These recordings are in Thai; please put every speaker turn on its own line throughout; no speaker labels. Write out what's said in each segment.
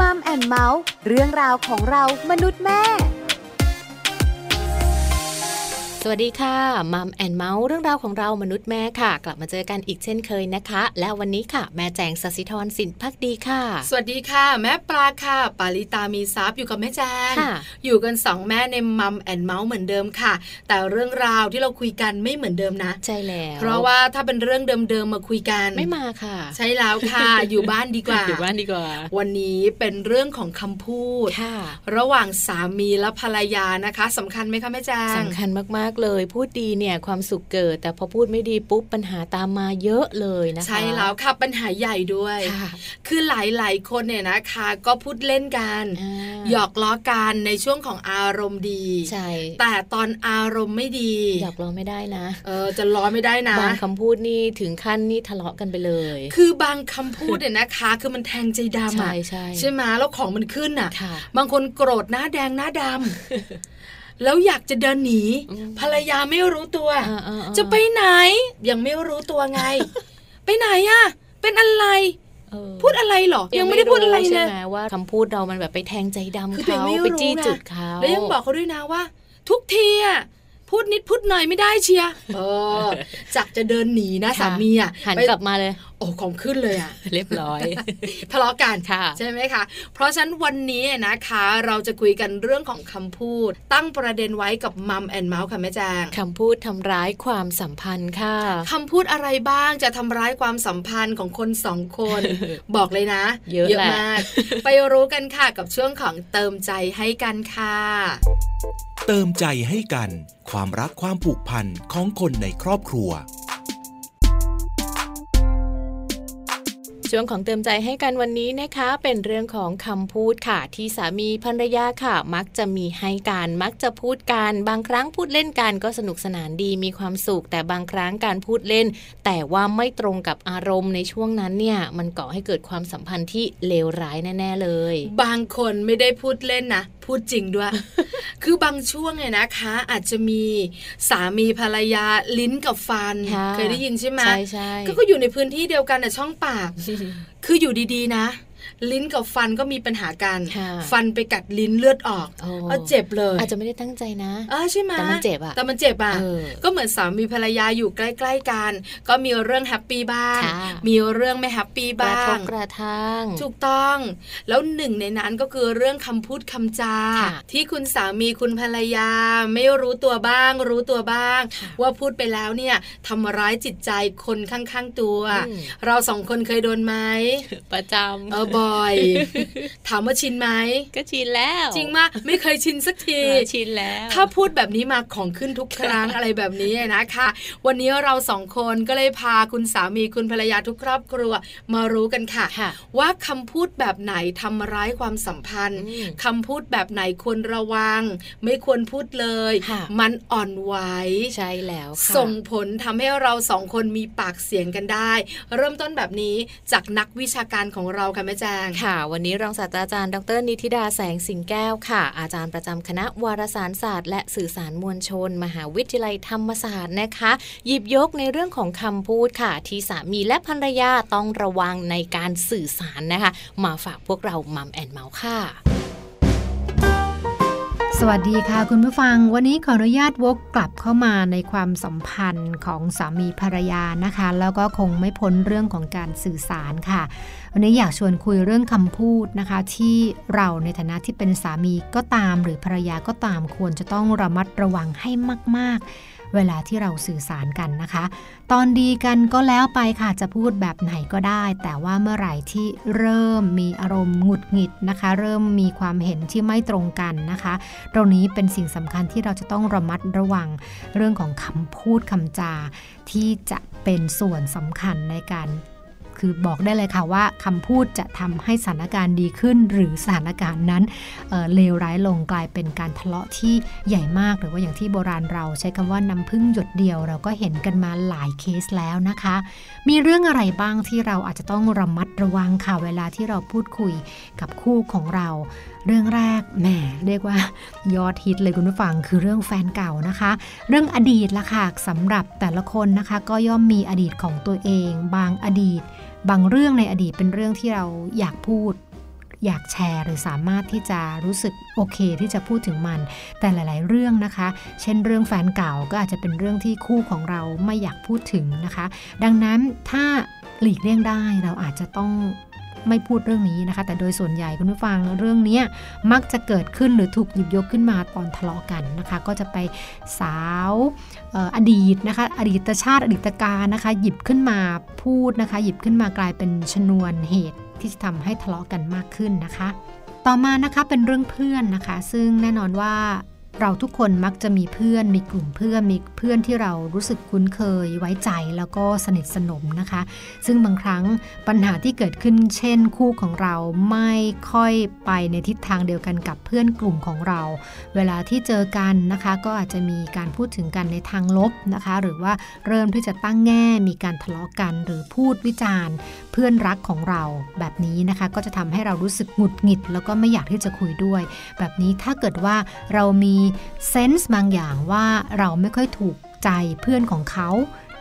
มัมแอนเมาส์เรื่องราวของเรามนุษย์แม่
สวัสดีค่ะมัมแอนเมาส์เรื่องราวของเรามนุษย์แม่ค่ะ กลับมาเจอกันอีกเช่นเคยนะคะ และวันนี้ค่ะ แม่แจงสศิธรสินพักดีค่ะ
สวัสดีค่ะ แม่ปลาค่ะ ปาริตามีซับอยู่กับแม่แจง
ค่ะ
อยู่กันสองแม่ในมัมแอนเมาส์เหมือนเดิมค่ะ แต่เรื่องราวที่เราคุยกันไม่เหมือนเดิมนะ
ใช่แล้ว
เพราะว่าถ้าเป็นเรื่องเดิมๆมาคุยกัน
ไม่มาค่ะ
ใช่แล้วค่ะ อยู่บ้านดีกว่า
อยู่บ้านดีกว่า
วันนี้เป็นเรื่องของคำพูด
ค่ะ
ระหว่างสามีและภรรยานะคะสำคัญไหมคะแม่แจง
สำคัญมากๆเลย พูดดีเนี่ยความสุขเกิด แต่พอพูดไม่ดีปุ๊บปัญหาตามมาเยอะเลยนะคะ
ใช่แล้วค่ะปัญหาใหญ่ด้วย
ค่ะ
คือหลายๆคนเนี่ยนะคะ ก็พูดเล่นกัน
อ่า
หยอกล้อกันในช่วงของอารมณ์ดี
ใช่
แต่ตอนอารมณ์ไม่ดี
หยอกล้อไม่ได้นะ
เออจะล้อไม่ได้นะ
บางคำพูดนี่ถึงขั้นนี่ทะเลาะกันไปเลย
คือบางคำพูดเนี่ยนะคะ คือมันแทงใจดำ
ใช่
อะ
ใช่
ใช่ไหมแล้วของมันขึ้นอ่ะ
ค่ะ
บางคนโกรธหน้าแดงหน้าดำ แล้วอยากจะเดินหนี
อืม
ภรรยาไม่รู้ตัว
อ่าๆๆ
จะไปไหน ยังไม่รู้ตัว ไง ไปไหนอะเป็นอะไร
เออ
พูดอะไรเหรอ ยังไม่ได้พูดอะไร
ใช่
เลย
ไหมว่าคำพูดเรามันแบบไปแทงใจดำ
คือตัวเอ
เขา
งไม่รู้
ไปจี้
นะ
จุดเขา
แล้วยังบอกเขาด้วยนะว่า ทุกทีอะพูดนิดพูดหน่อยไม่ได้เชียร์เอ อจากจะเดินหนีนะสามีอะ
หัน
ไป
กลับมาเลย
โอ้ของขึ้นเลย อะ
เรียบร้อย
ทะเลาะกัน
ค่ะ
ใช่ไหมคะ เพราะฉะนั้นวันนี้นะคะ เราจะคุยกันเรื่องของคำพูด ตั้งประเด็นไว้กับมัมแอนเมาส์ค่ะแม่แจง
คำพูดทำร้ายความสัมพันธ์ค่ะ
คำพูดอะไรบ้างจะทำร้ายความสัมพันธ์ของคนสองคน บอกเลยนะ
เยอะแหละ
มาก ไปรู้กันค่ะกับช่วงของเติมใจให้กันค่ะ
เติมใจให้กัน ความรักความผูกพันของคนในครอบครัว
ช่วงของเติมใจให้กันวันนี้นะคะ เป็นเรื่องของคำพูดค่ะ ที่สามีภรรยาค่ะ มักจะมีให้การมักจะพูดกันบางครั้งพูดเล่นกันก็สนุกสนานดีมีความสุข แต่บางครั้งการพูดเล่น แต่ว่าไม่ตรงกับอารมณ์ในช่วงนั้นเนี่ยมันก่อให้เกิดความสัมพันธ์ที่เลวร้ายแน่ ๆ เลย
บางคนไม่ได้พูดเล่นนะ พูดจริง ด้วย คือบางช่วงเนี่ยนะคะ อาจจะมีสามีภรรยาลิ้นกับฟัน
ค่ะ
เคยได้ยินใช่ไหม
ใช่ใช่ๆ
ก็ก็อยู่ในพื้นที่เดียวกันแต่ะช่อง ปาก คืออยู่ดีๆนะ ลิ้นกับฟันก็มีปัญหากัน
ค่ะ
ฟันไปกัดลิ้นเลือดออก
โอ้
เอาเจ็บเลย
อาจจะไม่ได้ตั้งใจนะ
เออใช่ไหม
แต่มันเจ็บอะ
แต่มันเจ็บอะ
เออ
ก็เหมือนสามีภรรยาอยู่ใกล้ ๆกัน ก็มีเรื่องแฮปปี้บ้าง
ค่ะ
มีเรื่องไม่แฮปปี้
กระ
บ้า
ทบ
ง
กระทั่ง
ถูกต้อง แล้วหนึ่งในนั้นก็คือเรื่องคำพูดคำจา
ค่ะ
ที่คุณสามีคุณภรรยา ไม่รู้ตัวบ้าง รู้ตัวบ้าง
ค่ะ
ว่าพูดไปแล้วเนี่ยทำร้ายจิตใจคนข้างๆตัว
อืม
เราสองคนเคยโดนไหม
ประจ
เออบ่อย ถามว่าชินไหม
ำก็ชินแล้ว
จริงมากไม่เคยชินสักที
ชินแล้ว
ถ้าพูดแบบนี้มาของขึ้นทุกครั้ง อะไรแบบนี้นะคะ วันนี้เราสองคนก็เลยพาคุณสามีคุณภรรยาทุกครอบครัว มารู้กันค่ะ
ค่ะ
ว่าคำพูดแบบไหนทำร้ายความสัมพันธ์
อืม
คำพูดแบบไหนควรระวัง ไม่ควรพูดเลย
ค่ะ
มันอ่อนไหว
ใช่แล้วค่ะ
ส่งผลทำให้เราสองคนมีปากเสียงกันได้ เริ่มต้นแบบนี้จากนักวิชาการของเราค่ะแม่แจง
ค่ะ วันนี้รองศาสตราจารย์ดรนิติดาแสงสิงแก้วค่ะ อาจารย์ประจำคณะวารสารศาสตร์ และสื่อสารมวลชน มหาวิทยาลัยธรรมศาสตร์นะคะ หยิบยกในเรื่องของคำพูดค่ะ ที่สามีและภรรยาต้องระวังในการสื่อสารนะคะ มาฝากพวกเรามัมแอนเมาส์ค่ะ
สวัสดีค่ะคุณผู้ฟัง วันนี้ขออนุญาตวกกลับเข้ามาในความสัมพันธ์ของสามีภรรยานะคะ แล้วก็คงไม่พ้นเรื่องของการสื่อสารค่ะ วันนี้อยากชวนคุยเรื่องคำพูดนะคะ ที่เราในฐานะที่เป็นสามีก็ตาม หรือภรรยาก็ตามควรจะต้องระมัดระวังให้มาก ๆ เวลาที่เราสื่อสารกันนะคะ ตอนดีกันก็แล้วไปค่ะจะพูดแบบไหนก็ได้ แต่ว่าเมื่อไหร่ที่เริ่มมีอารมณ์หงุดหงิดนะคะ เริ่มมีความเห็นที่ไม่ตรงกันนะคะ ตรงนี้เป็นสิ่งสำคัญที่เราจะต้องระมัดระวังเรื่องของคำพูดคำจา ที่จะเป็นส่วนสำคัญในการ คือบอกได้เลยค่ะว่าคำพูดจะทำให้สถานการณ์ดีขึ้น หรือสถานการณ์นั้นเอ่อเลวร้ายลงกลายเป็นการทะเลาะที่ใหญ่มาก หรือว่าอย่างที่โบราณเราใช้คำว่าน้ำพึ่งหยดเดียว เราก็เห็นกันมาหลายเคสแล้วนะคะ มีเรื่องอะไรบ้างที่เราอาจจะต้องระมัดระวังค่ะเวลาที่เราพูดคุยกับคู่ของเรา เรื่องแรกแหมเรียกว่า ยอดฮิตเลยคุณผู้ฟังคือเรื่องแฟนเก่านะคะ เรื่องอดีตละค่ะสำหรับแต่ละคนนะคะ ก็ย่อมมีอดีตของตัวเอง บางอดีต บางเรื่องในอดีตเป็นเรื่องที่เราอยากพูด อยากแชร์ หรือสามารถที่จะรู้สึกโอเคที่จะพูดถึงมัน แต่หลาย ๆ เรื่องนะคะ เช่นเรื่องแฟนเก่าก็อาจจะเป็นเรื่องที่คู่ของเราไม่อยากพูดถึงนะคะ ดังนั้นถ้าหลีกเลี่ยงได้เราอาจจะต้องไม่พูดเรื่องนี้นะคะ แต่โดยส่วนใหญ่คุณผู้ฟังเรื่องเนี้ยมักจะเกิดขึ้นหรือถูกหยิบยกขึ้นมาตอนทะเลาะกันนะคะ ก็จะไปสาวเอ่ออดีตนะคะ อดีตชาติอดีตการนะคะ หยิบขึ้นมาพูดนะคะ หยิบขึ้นมากลายเป็นชนวนเหตุที่จะทำให้ทะเลาะกันมากขึ้นนะคะ ต่อมานะคะเป็นเรื่องเพื่อนนะคะ ซึ่งแน่นอนว่าเราทุกคนมักจะมีเพื่อน มีกลุ่มเพื่อนมีเพื่อนที่เรารู้สึกคุ้นเคยไว้ใจแล้วก็สนิทสนมนะคะ ซึ่งบางครั้งปัญหาที่เกิดขึ้น เช่น คู่ของเราไม่ค่อยไปในทิศทางเดียวกันกับเพื่อนกลุ่มของเรา เวลาที่เจอกันนะคะ ก็อาจจะมีการพูดถึงกันในทางลบนะคะ หรือว่าเริ่มที่จะตั้งแง่มีการทะเลาะกัน หรือพูดวิจารณ์ เพื่อนรักของเราแบบนี้นะคะ ก็จะทำให้เรารู้สึกหงุดหงิด แล้วก็ไม่อยากที่จะคุยด้วย แบบนี้ถ้าเกิดว่าเรามีเซนส์บางอย่างว่าเราไม่ค่อยถูกใจเพื่อนของเขา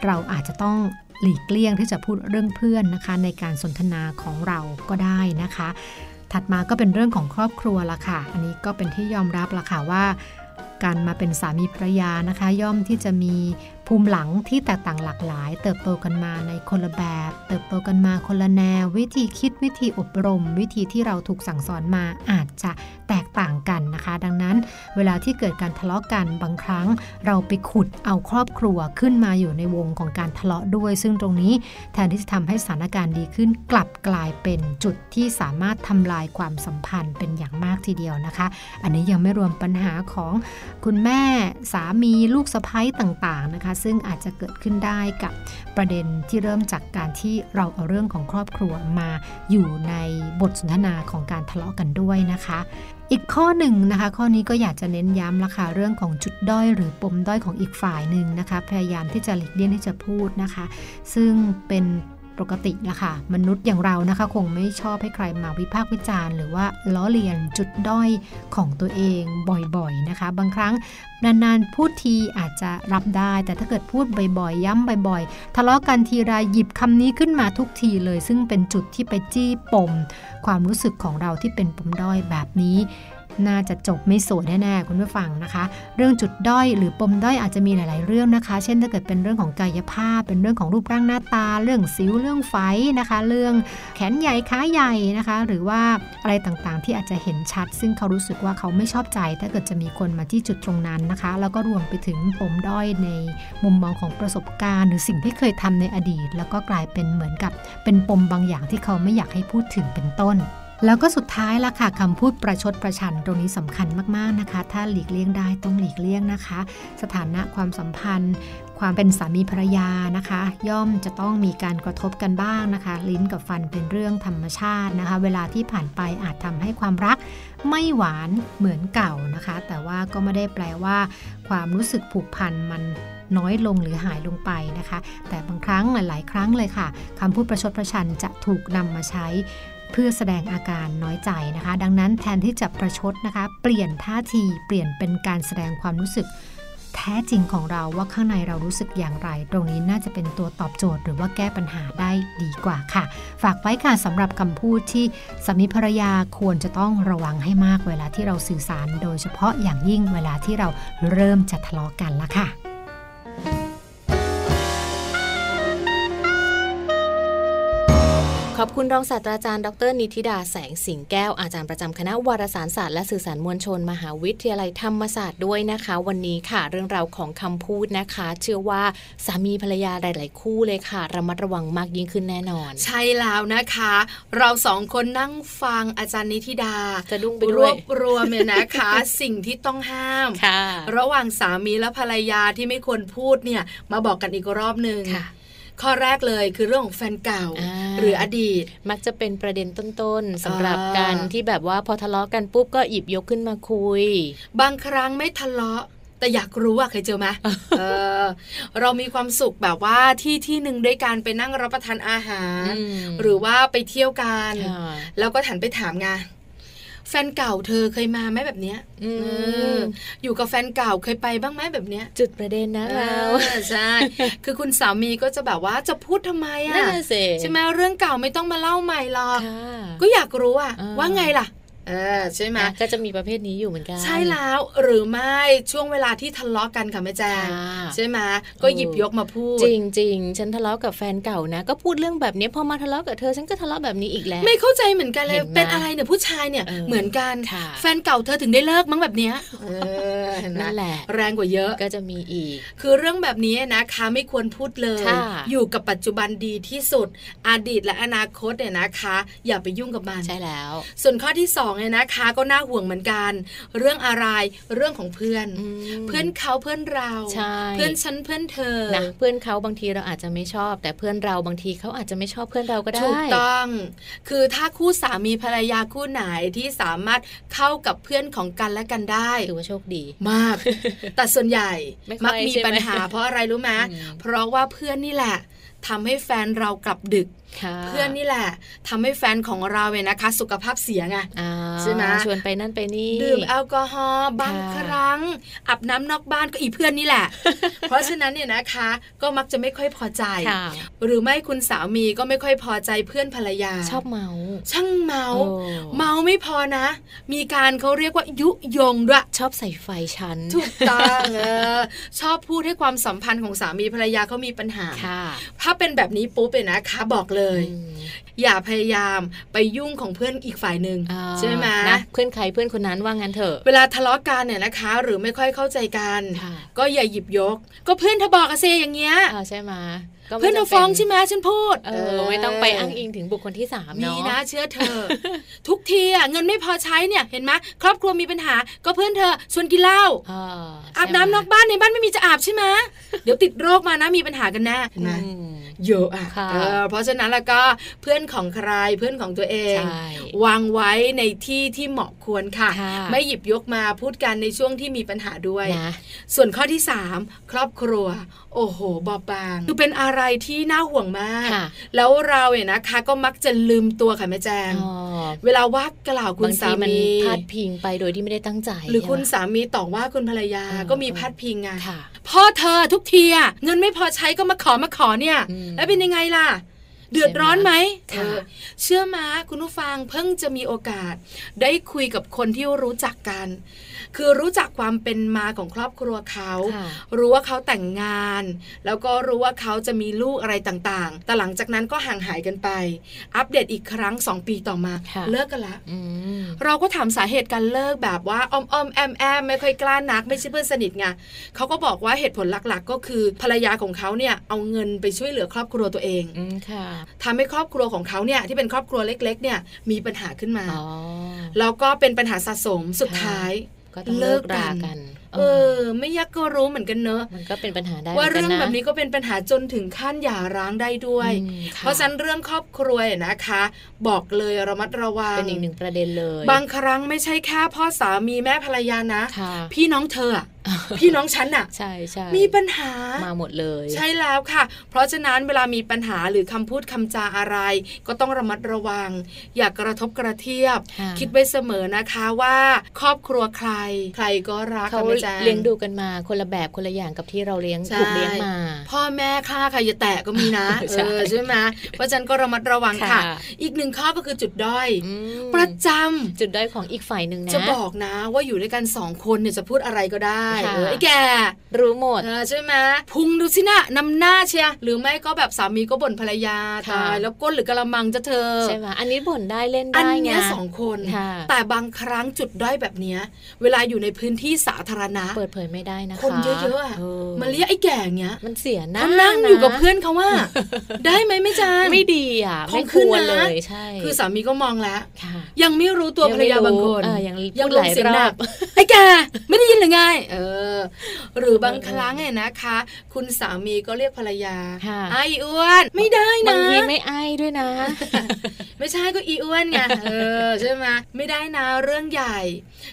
เราอาจจะต้องหลีกเลี่ยงที่จะพูดเรื่องเพื่อนนะคะ ในการสนทนาของเราก็ได้นะคะ ถัดมาก็เป็นเรื่องของครอบครัวละค่ะ อันนี้ก็เป็นที่ยอมรับละค่ะว่า การมาเป็นสามีภรรยานะคะ ย่อมที่จะมีภูมิหลังที่แตกต่างหลากหลาย เติบโตกันมาในคนละแบบ เติบโตกันมาคนละแนว วิธีคิดวิธีอบรม วิธีที่เราถูกสั่งสอนมาอาจจะแตกต่างกันนะคะ ดังนั้นเวลาที่เกิดการทะเลาะกันบางครั้ง เราไปขุดเอาครอบครัวขึ้นมาอยู่ในวงของการทะเลาะด้วย ซึ่งตรงนี้แทนที่จะทำให้สถานการณ์ดีขึ้น กลับกลายเป็นจุดที่สามารถทำลายความสัมพันธ์เป็นอย่างมากทีเดียวนะคะ อันนี้ยังไม่รวมปัญหาของคุณแม่สามีลูกสะใภ้ต่างๆนะคะ ซึ่งอาจจะเกิดขึ้นได้กับประเด็นที่เริ่มจากการที่เราเอาเรื่องของครอบครัวมาอยู่ในบทสนทนาของการทะเลาะกันด้วยนะคะ อีกข้อหนึ่งนะคะ ข้อนี้ก็อยากจะเน้นย้ำราคาเรื่องของจุดด้อยหรือปมด้อยของอีกฝ่ายหนึ่งนะคะ พยายามที่จะหลีกเลี่ยงที่จะพูดนะคะ ซึ่งเป็นปกติละค่ะ มนุษย์อย่างเรานะคะ คงไม่ชอบให้ใครมาวิพากษ์วิจารณ์หรือว่าล้อเลียนจุดด้อยของตัวเองบ่อยๆนะคะ บางครั้งนานๆพูดทีอาจจะรับได้ แต่ถ้าเกิดพูดบ่อยๆ ย้ำบ่อยๆ ทะเลาะกันทีไรหยิบคำนี้ขึ้นมาทุกทีเลย ซึ่งเป็นจุดที่ไปจี้ปม ความรู้สึกของเราที่เป็นปมด้อยแบบนี้ น่าจะจบไม่สวยแน่ๆคุณผู้ฟังนะคะ เรื่องจุดด้อยหรือปมด้อยอาจจะมีหลาย ๆ เรื่องนะคะ เช่นถ้าเกิดเป็นเรื่องของกายภาพ เป็นเรื่องของรูปร่างหน้าตา เรื่องสิวเรื่องไฟนะคะ เรื่องแขนใหญ่ขาใหญ่นะคะ หรือว่าอะไรต่างๆ ที่อาจจะเห็นชัด ซึ่งเขารู้สึกว่าเขาไม่ชอบใจ ถ้าเกิดจะมีคนมาที่จุดตรงนั้นนะคะ แล้วก็รวมไปถึงปมด้อยในมุมมองของประสบการณ์ หรือสิ่งที่เคยทำในอดีต แล้วก็กลายเป็นเหมือนกับเป็นปมบางอย่างที่เขาไม่อยากให้พูดถึงเป็นต้น แล้วก็สุดท้ายละค่ะคำพูดประชดประชันตรงนี้สำคัญมากๆนะคะ ถ้าหลีกเลี่ยงได้ต้องหลีกเลี่ยงนะคะ สถานะความสัมพันธ์ ความเป็นสามีภรรยานะคะ ย่อมจะต้องมีการกระทบกันบ้างนะคะ ลิ้นกับฟันเป็นเรื่องธรรมชาตินะคะ เวลาที่ผ่านไปอาจทำให้ความรักไม่หวานเหมือนเก่านะคะ แต่ว่าก็ไม่ได้แปลว่า ความรู้สึกผูกพันมันน้อยลงหรือหายลงไปนะคะ แต่บางครั้งหลาย ๆ ครั้งเลยค่ะคำพูดประชดประชันจะถูกนำมาใช้ เพื่อแสดงอาการน้อยใจนะคะ ดังนั้นแทนที่จะประชดนะคะ เปลี่ยนท่าทีเปลี่ยนเป็นการแสดงความรู้สึก แท้จริงของเราว่าข้างในเรารู้สึกอย่างไร ตรงนี้น่าจะเป็นตัวตอบโจทย์ หรือว่าแก้ปัญหาได้ดีกว่าค่ะ ฝากไว้ค่ะสำหรับคำพูดที่สามีภรรยาควรจะต้องระวังให้มากเวลาที่เราสื่อสาร โดยเฉพาะอย่างยิ่งเวลาที่เราเริ่มจะทะเลาะกันละค่ะ
ขอบคุณรองศาสตราจารย์ดรนิติดาแสงสิงแก้วอาจารย์ประจำคณะวารสารศาสตร์และสื่อสารมวลชน มหาวิทยาลัยธรรมศาสตร์ด้วยนะคะ วันนี้ค่ะ เรื่องราวของคำพูดนะคะ เชื่อว่าสามีภรรยาหลาย ๆ คู่เลยค่ะ ระมัดระวังมากยิ่งขึ้นแน่นอน
ใช่แล้วนะคะ เราสองคนนั่งฟังอาจารย์นิธิดา
จะดุ้งไป
ร
ด้วย
วบรวมเนี่ยนะคะ สิ่งที่ต้องห้าม
ค่ะ
ระหว่างสามีและภรรยาที่ไม่ควรพูดเนี่ย มาบอกกันอีกรอบหนึ่ง
ค่ะ
ข้อแรกเลยคือเรื่องของแฟนเก่า
อ่า
หรืออดีต
มักจะเป็นประเด็นต้น ๆสำหรับ
อ่า
การที่แบบว่าพอทะเลาะกันปุ๊บก็หยิบยกขึ้นมาคุย
บางครั้งไม่ทะเลาะ แต่อยากรู้อะเคยเจอ ไหม เออ เรามีความสุขแบบว่าที่ที่หนึ่งด้วยการไปนั่งรับประทานอาหาร
อืม
หรือว่าไปเที่ยวกัน
ค่ะ
แล้วก็ถันไปถามไง แฟนเก่าเธอเคยมาไหมแบบเนี้ย
อืม
เอออยู่กับแฟนเก่าเคยไปบ้างไหมแบบเนี้ย
จุดประเด็นนะเรา
ออใช่ คือคุณสามีก็จะแบบว่าจะพูดทำไม
นั่
อะ่
นน่ะสิ
ใช่ไหมเรื่องเก่าไม่ต้องมาเล่าใหม่หรอก
ค่ะ
ก็อยากรู้อะ
อ่า
ว่าไงล่ะ เออใช่ไหม
อ่ะก็จะมีประเภทนี้อยู่เหมือนกัน
ใช่แล้วหรือไม่ช่วงเวลาที่ทะเลาะกันค่ะแม่แจง
ค่ะ
ใช่ไหมก็
เออ
หยิบยกมาพูด
จริงจริงๆ ฉันทะเลาะกับแฟนเก่านะ ก็พูดเรื่องแบบนี้พอมาทะเลาะกับเธอฉันก็ทะเลาะแบบนี้อีกแล้ว
ไม่เข้าใจเหมือนกันเลย
เห็นไหม
เป็นอะไรเนี่ยผู้ชายเนี่ย
เออ
เหมือนกัน
ค่ะ
แฟนเก่าเธอถึงได้เลิกมั้งแบบเนี้ยเออเห็นไหม
นั่นแหละ
แรงกว่าเยอะ
ก็จะมีอีก
คือเรื่องแบบนี้นะคะไม่ควรพูดเลย
ค่ะ
อยู่กับปัจจุบันดีที่สุด อดีตและอนาคตเนี่ยนะคะ อย่าไปยุ่งกับมัน
ใช่แล้ว
ส่วนข้อที่สองเนี่ยนะคะก็น่าห่วงเหมือนกัน เรื่องอะไรเรื่องของเพื่อน
ม
เพื่อนเขาเพื่อนเรา
ใช่
เพื่อนฉันเพื่อนเธอ
นะเพื่อนเขาบางทีเราอาจจะไม่ชอบ แต่เพื่อนเราบางทีเขาอาจจะไม่ชอบเพื่อนเราก็ได้
ถูกต้อง คือถ้าคู่สามีภรรยาคู่ไหนที่สามารถเข้ากับเพื่อนของกันและกันได้
ถือว่าโชคดี
มาก แต่ส่วนใหญ่
ไม่ค่อย
มัมี
ใช่ไหม
ปัญหา เพราะอะไรรู้ไหม
อืม
เพราะว่าเพื่อนนี่แหละทำให้แฟนเรากลับดึก
ค่ะ
เพื่อนนี่แหละทำให้แฟนของเราเนี่ยนะคะ สุขภาพเสียไง
อ่า
ใช่ไหม
ชวนไปนั่นไปนี่
ดื่มแอลกอฮอล์บาง
ค่ะ
ครั้งอาบน้ำนอกบ้านก็อีเพื่อนนี่แหละ เพราะฉะนั้นเนี่ยนะคะ ก็มักจะไม่ค่อยพอใจ
ค่ะ
หรือไม่คุณสามีก็ไม่ค่อยพอใจเพื่อนภรรยา
ชอบเมา
ช่างเมา
โอ้
เมาไม่พอนะ มีการเขาเรียกว่ายุยงด้วย
ชอบใส่ไฟฉัน
ถูกต้องเออชอบพูดให้ความสัมพันธ์ของสามีภรรยาเขามีปัญหา
ค่ะ
ถ้าเป็นแบบนี้ปุ๊บเนี่ยนะคะบอกเลย
อืม
อย่าพยายามไปยุ่งของเพื่อนอีกฝ่ายหนึ่ง
อ่า
ใช่ไหม
นะเพื่อนใครเพื่อนคนนั้นว่างั้นเถอะ
เวลาทะเลาะกันเนี่ยนะคะ หรือไม่ค่อยเข้าใจกัน
ค่ะ
ก็อย่าหยิบยก ก็เพื่อนเธอบอกอะเซอย่างเงี้ย
อ่าใช่ไหมก็ไม่
เพื่อนเธอ
จำป็
ฟ้องใช่ไหมฉันพูด
เออไม่ต้องไปอ้างอิงถึงบุคคลที่สาม
มี
เนาะ
นะเชื่อเธ อ ทุกทีอะเงินไม่พอใช้เนี่ยเห็นไหมครอบครัวมีปัญหา ก็เพื่อนเธอชวนกินเหล้า
อา
อาบน้ำนอกบ้านในบ้านไม่มีจะอาบใช่ไหมเดี๋ยวติดโรคมานะมีปัญหากันแน่
อื
นะ
ม
เยอะอ่ะ
ค่ะ
เออเพราะฉะนั้นแล้วก็เพื่อนของใครเพื่อนของตัวเอง
ใช่
วางไว้ในที่ที่เหมาะควรค่ะ
ค่ะ
ไม่หยิบยกมาพูดกันในช่วงที่มีปัญหาด้วย
นะ
ส่วนข้อที่ 3 ครอบครัว โอ้โห บอบบางคือเป็นอะไรที่น่าห่วงมาก
ค่ะ
แล้วเราเนี่ยนะคะก็มักจะลืมตัวค่ะแม่แจง
อ๋อ
เวลาว่ากล่าวคุ
บา
ณ
ง
สา
ทีมัน
มี
พลาดพิงไปโดยที่ไม่ได้ตั้งใจ
หรือคุณ
ใช่
สามีต่อว่าคุณภรรยา
เออ
ก็มี
เออ
พาดพิงไง
ไหมค่ะ
พ่อเธอทุกทีอะเงินไม่พอใช้ก็มาขอมาขอเนี่ย
อืม
แล้วเป็นยังไงล่ะ เดือดร้อนไหม
ใช่
เอ
ไหม
อ
ค่ะ
เชื่อมาคุณผู้ฟังเพิ่งจะมีโอกาส ได้คุยกับคนที่รู้จักกัน คือรู้จักความเป็นมาของครอบครัวเขา
ค่ะ
รู้ว่าเขาแต่งงาน แล้วก็รู้ว่าเขาจะมีลูกอะไรต่างๆ แต่หลังจากนั้นก็ห่างหายกันไป อัปเดตอีกครั้ง 2 ปีต่อมา
ค่ะ
เลิกกันละ
อืม
เราก็ถามสาเหตุการเลิกแบบว่าอ้อมอ้อมแอมแอมไม่ค่อยกล้านัก ไม่ใช่เพื่อนสนิทไงเขาก็บอกว่าเหตุผลหลักๆ ก็คือภรรยาของเขาเนี่ยเอาเงินไปช่วยเหลือครอบครัวตัวเอง
อืมค่ะ
ทำให้ครอบครัวของเขาเนี่ยที่เป็นครอบครัวเล็ก ๆ เนี่ยมีปัญหาขึ้นมา
อ๋อ
แล้วก็เป็นปัญหาสะสมสุดท้าย
ก็ต้อง
เลิ
เลิ
ก
ก
กัน
รากัน
เออ ไม่ยักก็รู้เหมือนกันเนอะ
มันก็เป็นปัญหาได้
ว่า
หมื
เรื่อง
กัะ
แบบนี้ก็เป็นปัญหาจนถึงขั้นหย่าร้างได้ด้วย
อืมค่
เพราะฉะนั้นเรื่องครอบครัวเนี่ยนะคะ บอกเลยระมัดระวัง
เป็นอีกหนึ่งประเด็นเลย
บางครั้งไม่ใช่แค่พ่อสามีแม่ภรรยานะ
ค่ะ
พี่น้องเธอ อะ พี่น้องฉันอะ
ใช่ใช่
มีปัญหา
มาหมดเลย
ใช่แล้วค่ะ เพราะฉะนั้นเวลามีปัญหาหรือคำพูดคำจาอะไร ก็ต้องระมัดระวัง อย่ากระทบกระเทียบ
ะ
คิดไว้เสมอนะคะว่าครอบครัวใคร ใครก็รัก
เขา
ค่ะแม่แจ
เลี้ยงดูกันมาคนละแบบคนละอย่างกับที่เราเลี้ยง
ใช่
ถูกเลี้ยงมา
พ่อแม่ค่าใครอย่าแตะก็มีนะ
ใช่
เออใช่ไหมเพราะฉะนั้นก็ระมัดระวังค่ะ อีกหนึ่งข้อก็คือจุดด้อย
อืม
ประจำ
จุดด้อยของอีกฝ่ายหนึ่งนะ
จะบอกนะว่าอยู่ด้วยกันสองคนเนี่ยจะพูดอะไรก็ได้
ค่ะ
เออไอ้แก
รู้หมด
เออใช่ไหมพุงดูสินะนำหน้าเชียหรือไม่ก็แบบสามีก็บ่นภรรยา
ค่ะ
ตายแล้วก้นหรือกระมังจะเธอ
ใช่ไหมอันนี้บ่นได้เล่น
อัน
ได้ไง
เนี้ยสองคน
ค่ะ
แต่บางครั้งจุดด้อยแบบเนี้ย เวลาอยู่ในพื้นที่สาธารณะ
เปิดเผยไม่ได้นะคะ
คนเยอะๆอะมาเรียกไอ้แก่อย่างเงี้ย
มันเสียหน้า
เขานั่งอยู่กับเพื่อนเขาว่า ได้ไหมแม่จาง
ไม่ดีอ่ะ
ขอ
ไม่
ง
ค
ขึ้น
วร
นะ
เลยใช่
คือสามีก็มองแล้ว
ค่ะ
ยังไม่รู้ตัวภรรยาบางคน
เออยัง
ยัง
พูดห
ลง
ลาย
เสียง
รอ
หนั
บ
กไอ้แกไม่ได้ยินหรือไง เอ อ หรือบางครั้งเนี่ยนะคะ คุณสามีก็เรียกภรรยา
ค่ะ
ไออ้วนไม่ได้
บาง
นะ
ทีไม่อายด้วยนะ
ไม่ใช่ก็อีอ้วน ไง เออใช่ไหมไม่ได้นะเรื่องใหญ่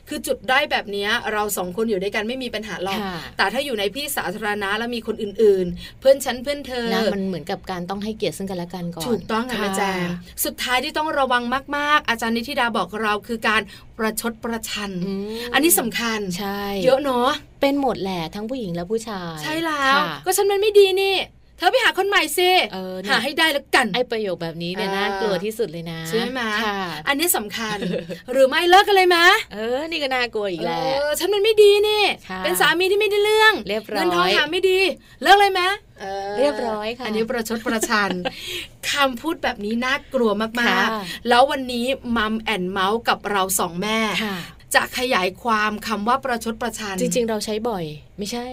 คือจุดด้อยแบบเนี้ยเราสองคนอยู่ด้วยกันไม่มีปัญหาหรอก
ค่ะ
แต่ถ้าอยู่ในที่สาธารณะแล้วมีคนอื่นๆ เพื่อนฉันเพื่อนเธอ
นะมันเหมือนกับการต้องให้เกียรติซึ่งกันและกันก่อน
ถูกต้องค่ะ
ค่ะ
แม่แจงสุดท้ายที่ต้องระวังมากๆ อาจารย์นิธิดาบอกเราคือการประชดประชัน
อืม
อันนี้สำคัญ
ใช่
เยอะเนาะ
เป็นหมดแหละทั้งผู้หญิงและผู้ชาย
ใช่แล้ว
ค่ะ
ก็ฉันมันไม่ดีนี่ เธอไปหาคนใหม่ซิ
เออเนี่ย
หาให้ได้แล้วกัน
ไอ้ประโยคแบบนี้เนี่ย
อ่า
น่ากลัวที่สุดเลยนะ
ใช่ไหม
ค่ะ
อันนี้สำคัญ หรือไม่เลิกกันเลยไหม
เออนี่ก็น่ากลัวอีกแหละ
เออฉันมันไม่ดีนี่
ค่ะ
เป็นสามีที่ไม่ได้เรื่อง
เรียบร้อย
นทองหาไม่ดี เลิกเลยไหมอ
เรียบร้อยค่ะ
อันนี้ประชดประ ชัน คำพูดแบบนี้น่ากลัวมาก
ค่ะ
ๆ แล้ววันนี้มัมแอนเมาส์กับเราสองแม่
ค่ะ
จะขยายความคำว่าประชดประชัน
จริงๆเราใช้บ่อย ไม่ ใช่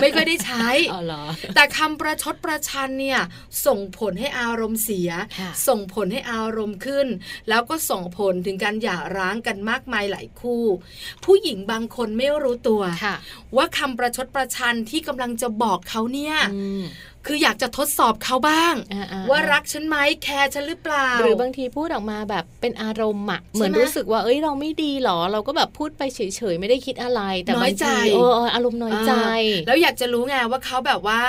ไม่ค่อยได้ใช้
อ๋อเหรอ
แต่คำประชดประชันเนี่ยส่งผลให้อารมณ์เสีย
ค่ะ
ส่งผลให้อารมณ์ขึ้น แล้วก็ส่งผลถึงการหย่าร้างกันมากมายหลายคู่ ผู้หญิงบางคนไม่รู้ตัว
ค่ะ
ว่าคำประชดประชันที่กำลังจะบอกเขาเนี่ย
อืม
คืออยากจะทดสอบเขาบ้าง
อ่าๆ
ว่ารักฉันไหมแคร์ฉันหรือเปล่า
หรือบางทีพูดออกมาแบบเป็นอารมณ์อะเหมือนรู้สึกว่าเอ้ยเราไม่ดีหรอ เราก็แบบพูดไปเฉยๆไม่ได้คิดอะไร แต่
น้
บา
อย
ง
ใจ
ทีเออเอออารมณ์น้อยใจ
อ่าแล้วอยากจะรู้ไงว่าเขาแบบว่า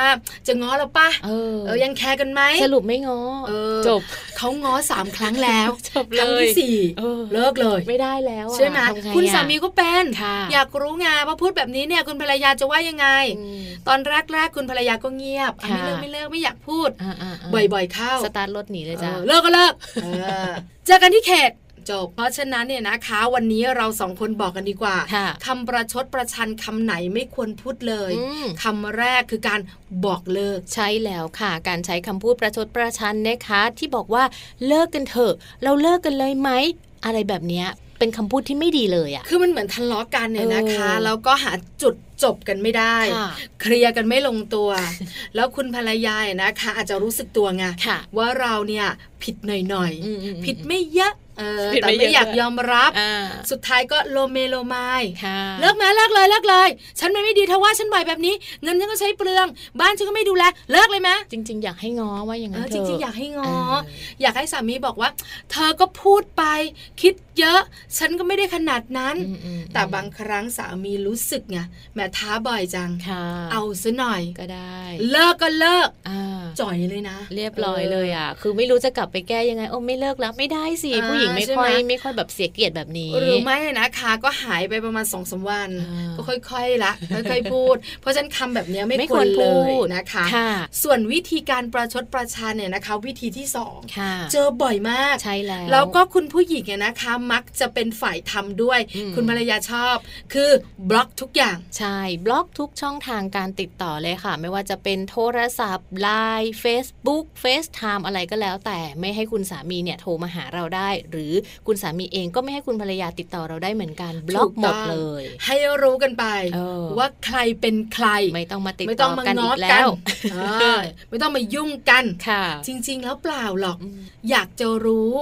จะง้อเราปะ
เออ
เออยังแคร์กันไหม
สรุปไม่ง้อ
เออ
จบ
เขาง้อสามครั้งแล้ว
จบ
ค
เลย
รั้งที่สี่
เออ
เลิกเลย
ไม่ได้แล้วอะ
ใช่ไหม
ทำไงอะ
คุณสามีก็เป็น
ค่ะ
อยากรู้ไงว่าพูดแบบนี้เนี่ยคุณภรรยาจะว่ายังไง
อืม
ตอนแรกๆคุณภรรยาก็เงียบอ่ะ
ค่ะ
ไม่เลิกไม่เลิกไม่อยากพูด
อ่าๆๆ
บ่อยๆเข้า
สตาร์ทรถหนีเลยจ้า
เออเลิกก็เลิกเออเจอกันที่เขตจบ เพราะฉะนั้นเนี่ยนะคะ วันนี้เราสองคนบอกกันดีกว่า
ค่ะ
คำประชดประชันคำไหนไม่ควรพูดเลย
อืม
คำแรกคือการบอกเลิก
ใช่แล้วค่ะ การใช้คำพูดประชดประชันนะคะ ที่บอกว่าเลิกกันเถอะ เราเลิกกันเลยไหม อะไรแบบเนี้ยเป็นคำพูดที่ไม่ดีเลยอะ
คือมันเหมือนทะเลาะกันเนี่ยนะคะ
เออ
แล้วก็หาจุดจบกันไม่ได้
ค่ะ
เคลียร์กันไม่ลงตัว แล้วคุณภรรยาเนี่ยนะคะ อาจจะรู้สึกตัวไง
ค่ะ
ว่าเราเนี่ยผิดหน่อย
อืมอืม
ๆ ผิดไม่เยอะเออ
ผิด
แต่
ไม่เยอะ
ไม่อยากยอมรับ
อ่า
สุดท้ายก็โลเมโลไมาย
ค่ะ
เลิกไหมเลิกเลยเลิกเลย ฉันมันไม่ดีเทาว่าฉันบ่อยแบบนี้ เงินฉันก็ใช้เปลือง บ้านฉันก็ไม่ดูแลเลิกเลยไหม
จริง ๆ อยากให้ง้อว่าอย่าง
เอ
นั้น
อ
เถ
จ
อะ
ริงๆอยากให้งอ
เออ
อยากให้สามีบอกว่า เธอก็พูดไป คิดเยอะ ฉันก็ไม่ได้ขนาดนั้น
อืมอืม
แต่บางครั้งสามีรู้สึกไงแหม่ท้าบ่อยจัง
ค่ะ
เอาซะหน่อย
ก็ได้
เลิกก็เลิก
อ่า
จ่อยเลยนะ
เรียบร้อยเลยอ่ะ คือไม่รู้จะกลับไปแก้ยังไงโอ้ไม่เลิกแล้วไม่ได้สิ
า
ผู้หญิงไม่ค่อย
ใช่ไหม
ไม่ค่อยแบบเสียเกียรติแบบนี้
หรือไม่นะคะก็หายไปประมาณสองสามวัน
อ่า
ก็ค่อยๆละค่อยๆพูด เพราะฉะนันคำแบบเนี้ยไม่
ไม่
ค
คว ว
ร
ร
เล
พู
ย
ด
นะคะ
ค่ะ
ส่วนวิธีการประชดประชันเนี่ยนะคะ วิธีที่สอง
ค่ะ
เจอบ่อยมาก
ใช่แล้ว
แล้วก็คุณผู้หญิงเนี่ยนะคะ มักจะเป็นฝ่ายทำด้วย
อืม
คุณภรรยาชอบ คือบล็อกทุกอย่าง
ใช่ บล็อกทุกช่องทางการติดต่อเลยค่ะ ไม่ว่าจะเป็นโทรศัพท์ Line Facebook FaceTime อะไรก็แล้ว แต่ไม่ให้คุณสามีเนี่ยโทรมาหาเราได้ หรือคุณสามีเองก็ไม่ให้คุณภรรยาติดต่อเราได้เหมือนกัน บล็อกหมดเลย
ให้รู้กันไป
เออ
ว่าใครเป็นใคร
ไม่ต้องมาติด
ไม่ต้
ต่
อง
อ
มา
กันอี
ง้อก
แล้ว
เออไม่ต้องมายุ่งกัน
ค่ะ
จริง ๆ แล้วเปล่าหรอก
อืม
อยากจะรู้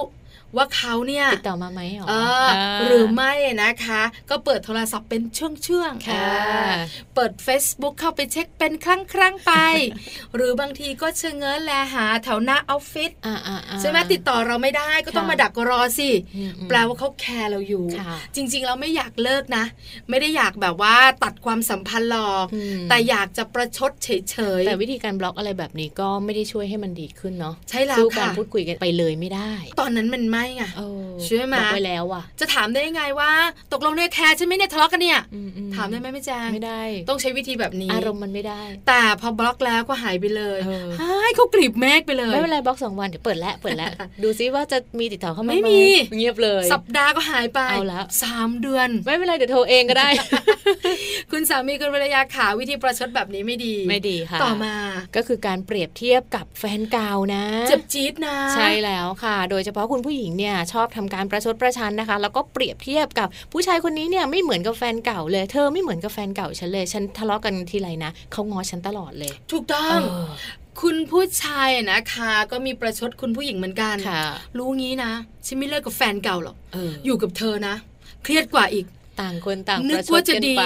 ว่าเขาเนี่ย
ติดต่อมาไหมหรอ
เออหรือไม่นะคะ ก็เปิดโทรศัพท์เป็นช่วงๆ
ค่ะ
เออเปิด Facebook เข้าไปเช็คเป็นครั้งๆไป หรือบางทีก็เชงเง้อแลหาแถวหน้าออฟฟิศ
อ่าอ่าอ่า
ใช่ไหมติดต่อเราไม่ได้ก็ต้อง
ค่ะ
มาดักรอสิ
อืมอืม
แปลว่าเขาแคร์เราอยู่
ค่ะ
จริงๆเราไม่อยากเลิกนะ ไม่ได้อยากแบบว่าตัดความสัมพันธ์หรอก
อืม
แต่อยากจะประชดเฉย
แต่วิธีการบล็อกอะไรแบบนี้ก็ไม่ได้ช่วยให้มันดีขึ้นเนาะ
ๆ ใช่แล้ว
สู้การ
ค่ะ
พูดคุยกันไปเลยไม่ได้
ตอนนั้นมันไม่ไง
เออ
ใช่ไหม
บอกไว้แล้วอ่ะ
จะถามได้ยังไงว่า ตกลงเนี่ยแคร์ใช่ไหมเนี่ยทะเลาะกันเนี่ย
อือื
ถามได้ไหมแม่แจง
ไม่ได้
ต้องใช้วิธีแบบนี้
อารมณ์มันไม่ได้
แต่พอบล็อกแล้วก็หายไปเลย
เออ
หายเขากรีบเมฆไปเลย
ไม่เป็นไรบล็อกสองวันเดี๋ยวเปิดแล้วเปิดแล้ว ดูซิว่าจะมีติดต่อเข้ามา
ไม่มี
หเงียบเลย
สัปดาห์ก็หายไป
เอาละ
สามเดือน
ไม่เป็นไรเดี๋ยวโทรเองก็ได้
คุณสามีคุณภรรยาขาวิธีประชดแบบนี้ไม่ดี
ไม่ดีค่ะ
ต่อมา
ก็คือการเปรียบเทียบกับแฟนเก่านะ
เจ็บจี๊ดนะ
ใช่แล้วค่ะ โดยเฉพาะคุณผู้หญิงเนี่ยชอบทำการประชดประชันนะคะ แล้วก็เปรียบเทียบกับผู้ชายคนนี้เนี่ยไม่เหมือนกับแฟนเก่าเลย เธอไม่เหมือนกับแฟนเก่าฉันเลยฉันทะเลาะกันทีไรนะเขาง้อฉันตลอดเลย
ถูกต้อง
เออ
คุณผู้ชายนะคะ ก็มีประชดคุณผู้หญิงเหมือนกัน
ค่ะ
รู้งี้นะฉันไม่เลิกกับแฟนเก่าหรอก
เออ
อยู่กับเธอนะ เครียดกว่าอีก
ต่างคนต่าง
นึ
ป
ก
ระช
ว่า
ด
จะ
กัน
ดี
ไป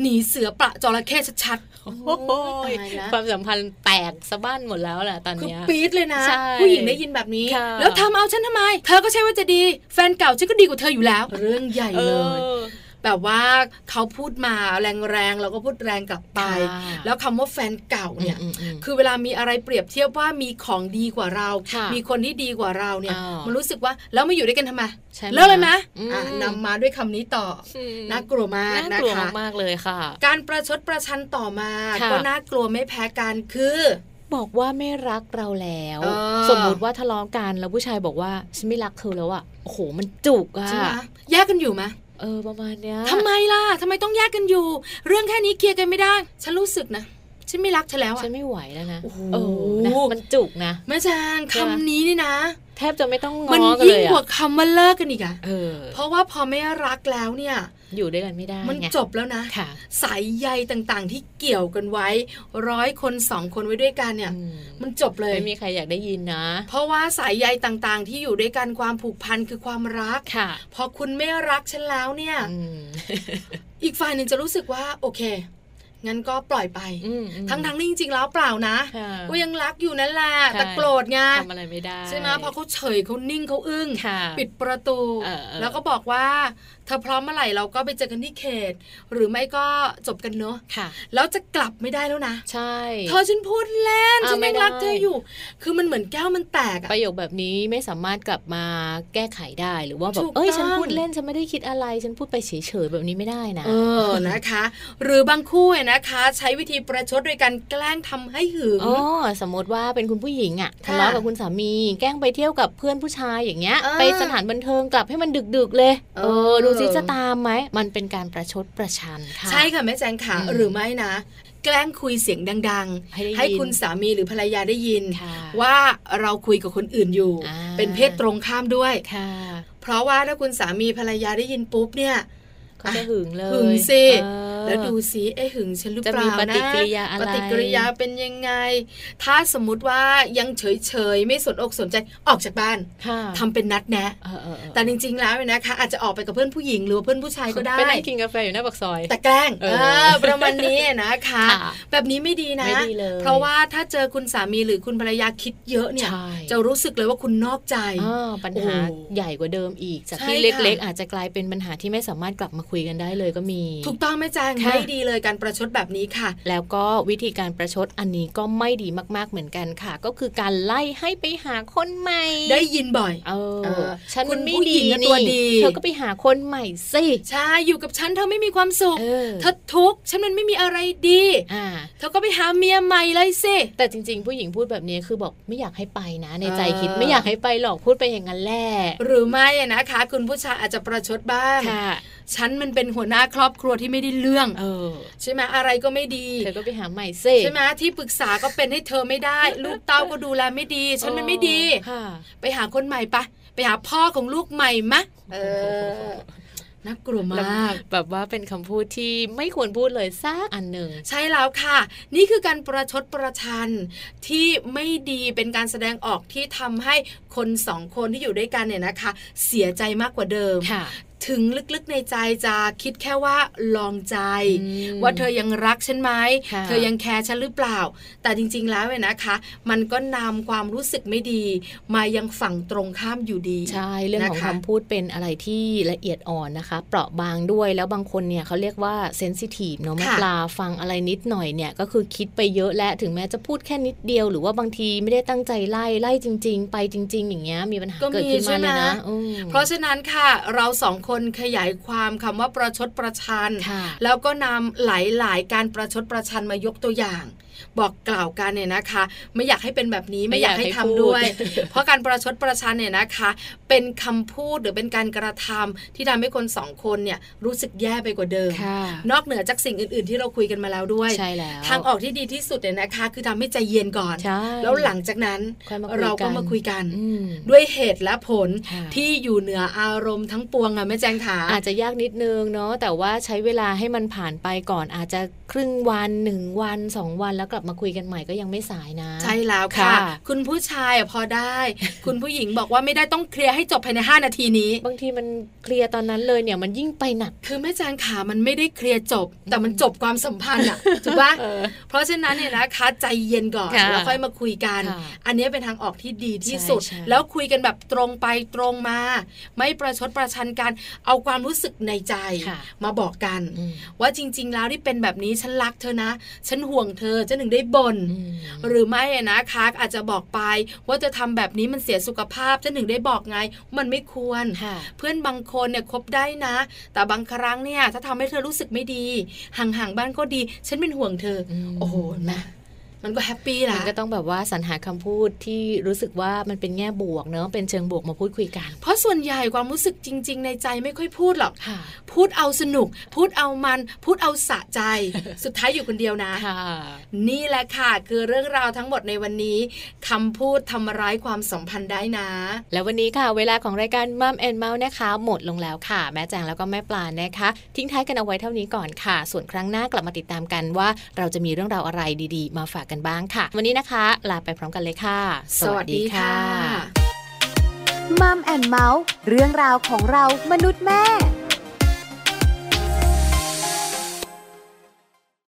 หนีเสือประจระเข้ชัดๆ
โอ้โห
โอ้ยตายละ
ความสัมพันธ์แตกสะบ้านหมดแล้วแหละตอน
คือ
เนี้ย
ปี๊ดเลยนะ
ใช่
ผู้หญิงได้ยินแบบนี้
ค่ะ
แล้วทำเอาฉันทำไม เธอก็ใช่ว่าจะดี แฟนเก่าฉันก็ดีกว่าเธออยู่แล้ว เรื่องใหญ่
เอ
เลย
อ
แบบว่าเขาพูดมาแรงๆเราก็พูดแรงกลับไป
ค่ะ
แล้วคำว่าแฟนเก่าเนี่ย
อืมอืมอืม
คือเวลามีอะไรเปรียบเทียบว่ามีของดีกว่าเรา
ค่ะ
มีคนที่ดีกว่าเราเนี่ย
อ้าว
มันรู้สึกว่าแล้วมาอยู่ด้วยกันทำไม
ใช่ไหม
เลิกเลยไหม
อืม
อ่ะนำมาด้วยคำนี้ต่อ
อืม
อน่ากลัวมาก
น่า
นะ
กลัว
คะ
มากๆเลยค่ะ
การประชดประชันต่อมา
ค่ะ
ก็น่ากลัวไม่แพ้กันคือ
บอกว่าไม่รักเราแล้ว
เออ
สมมุติว่าทะเลาะกันแล้วผู้ชายบอกว่าฉันไม่รักเธอแล้วอ่ะโอ้โหมันจุกอ่ะ
ใช่ไหมแยกกันอยู่ไหม
เออประมาณเนี้ย
ทำไมล่ะทำไมต้องแยกกันอยู่ เรื่องแค่นี้เคลียร์กันไม่ได้ ฉันรู้สึกนะ ฉันไม่รักเธอแล้วอ่ะ
ฉันไม่ไหวแล้วนะ
โอ้โห
เออนะมันจุกนะ
แม่จาง
ใช่ไหม
คำนี้นี่นะ
แทบจะไม่ต้องง้
มั
อกัน
ยิ่
เล
ง
ย
กว่า
อ่ะ
คำว่าเลิกกันอีกอะ
เออ
เพราะว่าพอไม่รักแล้วเนี่ย
อยู่ด้วยกันไม่ได้
มัน
ไง
จบแล้วนะ
ค่ะ
สายใยต่างๆ ที่เกี่ยวกันไว้ ร้อยคนสองคนไว้ด้วยกันเนี่ย
อืม
มันจบเลย
ไม่มีใครอยากได้ยินนะ
เพราะว่าสายใยต่างๆ ที่อยู่ด้วยกันความผูกพันคือความรัก
ค่ะ
พอคุณไม่รักฉันแล้วเนี่ย
อืม
อีกฝ่ายหนึ่งจะรู้สึกว่าโอเค งั้นก็ปล่อยไป
อืมอืม
ทั้งๆที่จริงๆแล้วเปล่านะ
ค่ะ
ก็ยังรักอยู่นั่นแหละ
ใช่
แต่โกรธไง
ทำอะไรไม่ได้
ใช่ไหมพอเขาเฉยเขานิ่งเขาอึ้ง
ค่ะ
ปิดประตู
เออเออ
แล้วก็บอกว่าเธอพร้อมเมื่อไหร่เราก็ไปเจอกันที่เขต หรือไม่ก็จบกันเนอะ
ค่ะ
แล้วจะกลับไม่ได้แล้วนะ
ใช่
เธอฉันพูดเล่น
อ่ะ
ฉันยัง
ไม่ได้
รักเธออยู่ คือมันเหมือนแก้วมันแตกอะ
ประโยคแบบนี้ไม่สามารถกลับมาแก้ไขได้หรือว่าแบ
ถู
บ
ก
เอ้ย
ต้อง
ฉันพูดเล่นฉันไม่ได้คิดอะไร ฉันพูดไปเฉยๆแบบนี้ไม่ได้นะ
เออนะคะ หรือบางคู่เนี่ยนะคะ ใช้วิธีประชดโดยการแกล้งทำให้หึง
อ๋อสมมติว่าเป็นคุณผู้หญิงอะ
ค่ะ
ทะเลาะกับคุณสามี แกล้งไปเที่ยวกับเพื่อนผู้ชายอย่างเงี้ย
อ่า
ไปสถานบันเทิงกลับให้มันดึกๆ เลย
เอ
เอ
อ
อดูซิจะตามไหมมันเป็นการประชดประชันค่ะ
ใช่ค่ะแม่แจงค่ะ
อืม
หรือไม่นะ แกล้งคุยเสียงดัง
ให้ได้
ๆ
ยิน
ให้คุณสามีหรือภรรยาได้ยิน
ค่ะ
ว่าเราคุยกับคนอื่นอยู่
อ่า
เป็นเพศตรงข้ามด้วย
ค่ะ
เพราะว่าถ้าคุณสามีภรรยาได้ยินปุ๊บเนี่ย
ก็จะหึงเลย
หึงสิ
เออ
แล้วดูสิเอ้หึงฉันหรือ
จะ
เป
มี
ล่า
ป
นะ
ฏิกิริยาอะไร
ปฏิกิริยาเป็นยังไง ถ้าสมมุติว่ายังเฉยๆไม่สนอกสนใจออกจากบ้าน
ค่ะ
ทำเป็นนัดแนะ
เออเออเออ
แต่จริงๆแล้วเนี่ยนะคะ อาจจะออกไปกับเพื่อนผู้หญิงหรือว่าเพื่อนผู้ชายก็ได้
ไปนั่งกินกาแฟอยู่หน้าปากซอย
แต่แกล้ง
เออ
เออประมาณนี้นะคะ
ค่ะ
แบบนี้ไม่ดีนะ
ไม่ดีเลย
เพราะว่าถ้าเจอคุณสามีหรือคุณภรรยาคิดเยอะเนี่ย
ใช่
จะรู้สึกเลยว่าคุณนอกใจ
อ่าปัญหา
โอ้
ใหญ่กว่าเดิมอีก จาก
ใช่
ที่
ค่ะ
เล็กๆ อาจจะกลายเป็นปัญหาที่ไม่สามารถกลับมาคุยกันได้เลยก็มี
ถูกต้องไหม่แจง
ค่ะ
ไม่ดีเลยการประชดแบบนี้ค่ะ
แล้วก็วิธีการประชดอันนี้ก็ไม่ดีมากๆเหมือนกันค่ะ ก็คือการไล่ให้ไปหาคนใหม่
ได้ยินบ่อย
เออ
เออ
ฉัน
คุณ
ไม่
ผู้หญิ
ดี
งอะ
นี่
ตัวดี
เธอก็ไปหาคนใหม่สิ
ใช่อยู่กับฉันเธอไม่มีความสุข
เออ
เธอทุกข์ฉันมันไม่มีอะไรดี
อ่า
เธอก็ไปหาเมียใหม่เลยสิ
แต่จริง ๆ ผู้หญิงพูดแบบนี้คือบอกไม่อยากให้ไปนะ ในใจคิด
เออ
ไม่อยากให้ไปหรอกพูดไปอย่างนั้นแหละ
หรือไม่อะนะคะ คุณผู้ชายอาจจะประชดบ้าง
ค่ะ
ฉันมันเป็นหัวหน้าครอบครัวที่ไม่ได้เรื่อง
เออ
ใช่ไหมอะไรก็ไม่ดี
เธอก็ไปหาใหม่สิ
ใช่ไหมที่ปรึกษาก็เป็นให้เธอไม่ได้ ลูกเต้าก็ดูแลไม่ดี ฉันมันไม่ดี
ค่ะ
ไปหาคนใหม่ปะไปหาพ่อของลูกใหม่มะเออน่ากลัวม
แล้ว
าก
แบบว่าเป็นคำพูดที่ไม่ควรพูดเลยสักอันหนึ่ง
ใช่แล้วค่ะ นี่คือการประชดประชันที่ไม่ดีเป็นการแสดงออกที่ทำให้คนสองคนที่อยู่ด้วยกันเนี่ยนะคะ เสียใจมากกว่าเดิม
ค่ะ
ถึงลึกๆในใจจะคิดแค่ว่าลองใจ
อืม
ว่าเธอยังรักฉันไหม
ค่ะ
เธอยังแคร์ฉันหรือเปล่า แต่จริงๆ แล้วเนี่ยนะคะ มันก็นำความรู้สึกไม่ดี มายังฝั่งตรงข้ามอยู่ดี
ใช่ เรื่องของ
นะคะ
คำพูดเป็นอะไรที่ละเอียดอ่อนนะคะ เปราะบางด้วยแล้วบางคนเนี่ยเขาเรียกว่าเซนซิทีฟเนาะแม่ปลาฟังอะไรนิดหน่อยเนี่ยก็คือคิดไปเยอะและถึงแม้จะพูดแค่นิดเดียว หรือว่าบางทีไม่ได้ตั้งใจไล่ไล่จริง ๆ ไปจริง ๆ อย่างเงี้ยมีปัญหา
ก็
เกิด
มี
ขึ้น
ใช่
มาเลย
ไหม
นะอืม
เพราะฉะนั้นค่ะ เราสองคนขยายความคำว่าประชดประชัน
ค่ะ
แล้วก็นำหลายๆ การประชดประชันมายกตัวอย่าง บอกกล่าวกันเนี่ยนะคะ ไม่อยากให้เป็นแบบนี้ไม่อยากให้ทำด้วย
ไม่อยากให้พูด
เพราะการประชดประชันเนี่ยนะคะ เป็นคำพูดหรือเป็นการกระทำที่ทำให้คนสองคนเนี่ยรู้สึกแย่ไปกว่าเดิม
ค่ะ
นอกเหนือจากสิ่งอื่น ๆ ที่เราคุยกันมาแล้วด้วย
ใช่แล้ว
ทางออกที่ดีที่สุดเนี่ยนะคะ คือทำให้ใจเย็นก่อน
ใช่
แล้วหลังจากนั้น
ค่อยม
เราก็
น
มาคุยกัน
อืม
ด้วยเหตุและผล
ค่ะ
ที่อยู่เหนืออารมณ์ทั้งปวงอะแม่แจงขา
อาจจะยากนิดนึงเนาะแต่ว่าใช้เวลาให้มันผ่านไปก่อนอาจจะครึ่งวันหนึ่งวันสองวันแล้ว กลับมาคุยกันใหม่ก็ยังไม่สายนะ
ใช่แล้วค่ะ
ค่ะ
คุณผู้ชายอะพอได้ คุณผู้หญิงบอกว่าไม่ได้ต้องเคลียร์ให้จบภายใน 5 นาทีนี้
บางทีมันเคลียร์ตอนนั้นเลยเนี่ยมันยิ่งไปหนัก
คือแม่จางขามันไม่ได้เคลียร์จบ แต่มันจบความสัมพันธ์อะถูกปะเพราะฉะนั้นเนี่ยนะคะใจเย็นก่อน
ค่ะ
แล้วค่อยมาคุยกัน
ค่ะ
อันนี้เป็นทางออกที่ดีที่สุด
ใช่ใช่
แล้วคุยกันแบบตรงไปตรงมา ไม่ประชดประชันกันเอาความรู้สึกในใจ
ค่ะ
มาบอกกัน
อืม
ว่าจริง ๆ แล้วที่เป็นแบบนี้ฉันรักเธอนะ ฉันห่วงเธอฉันถึงได้บ่น
อืม
หรือไม่อะนะคะอาจจะบอกไปว่าจะทำแบบนี้มันเสียสุขภาพฉันถึงได้บอกไง มันไม่ควร
ค่ะ
เพื่อนบางคนเนี่ยคบได้นะ แต่บางครั้งเนี่ยถ้าทำให้เธอรู้สึกไม่ดี ห่างๆบ้านก็ดี ฉันเป็นห่วงเธออ
ม
โอ้โหเห็นะมันก็แฮปปี้
มั
ละ
นก็ต้องแบบว่าสรรหาคำพูดที่รู้สึกว่ามันเป็นแง่บวกเนอะเป็นเชิงบวกมาพูดคุยกัน
เพราะส่วนใหญ่ความรู้สึกจริง ๆ ในใจไม่ค่อยพูดหรอก
ค่ะ
พูดเอาสนุก พูดเอามัน พูดเอาสะใจ สุดท้ายอยู่คนเดียวนะ
ค่ะ
นี่แหละค่ะ คือเรื่องราวทั้งหมดในวันนี้คำพูดทำร้ายความสัมพันธ์ได้นะ
แล้ววันนี้ค่ะ เวลาของรายการมัมแอนเมาส์นะคะ หมดลงแล้วค่ะ แม่แจงแล้วก็แม่ปลานะคะ ทิ้งท้ายกันเอาไว้เท่านี้ก่อนค่ะ ส่วนครั้งหน้ากลับมาติดตามกันว่า เราจะมีเรื่องราวอะไรดีๆ มาฝากกันบ้างค่ะ วันนี้นะคะ ลาไปพร้อมกันเลยค่ะ
สวัสดีค่ะ
มัมแอนเมาส์เรื่องราวของเรามนุษย์แม่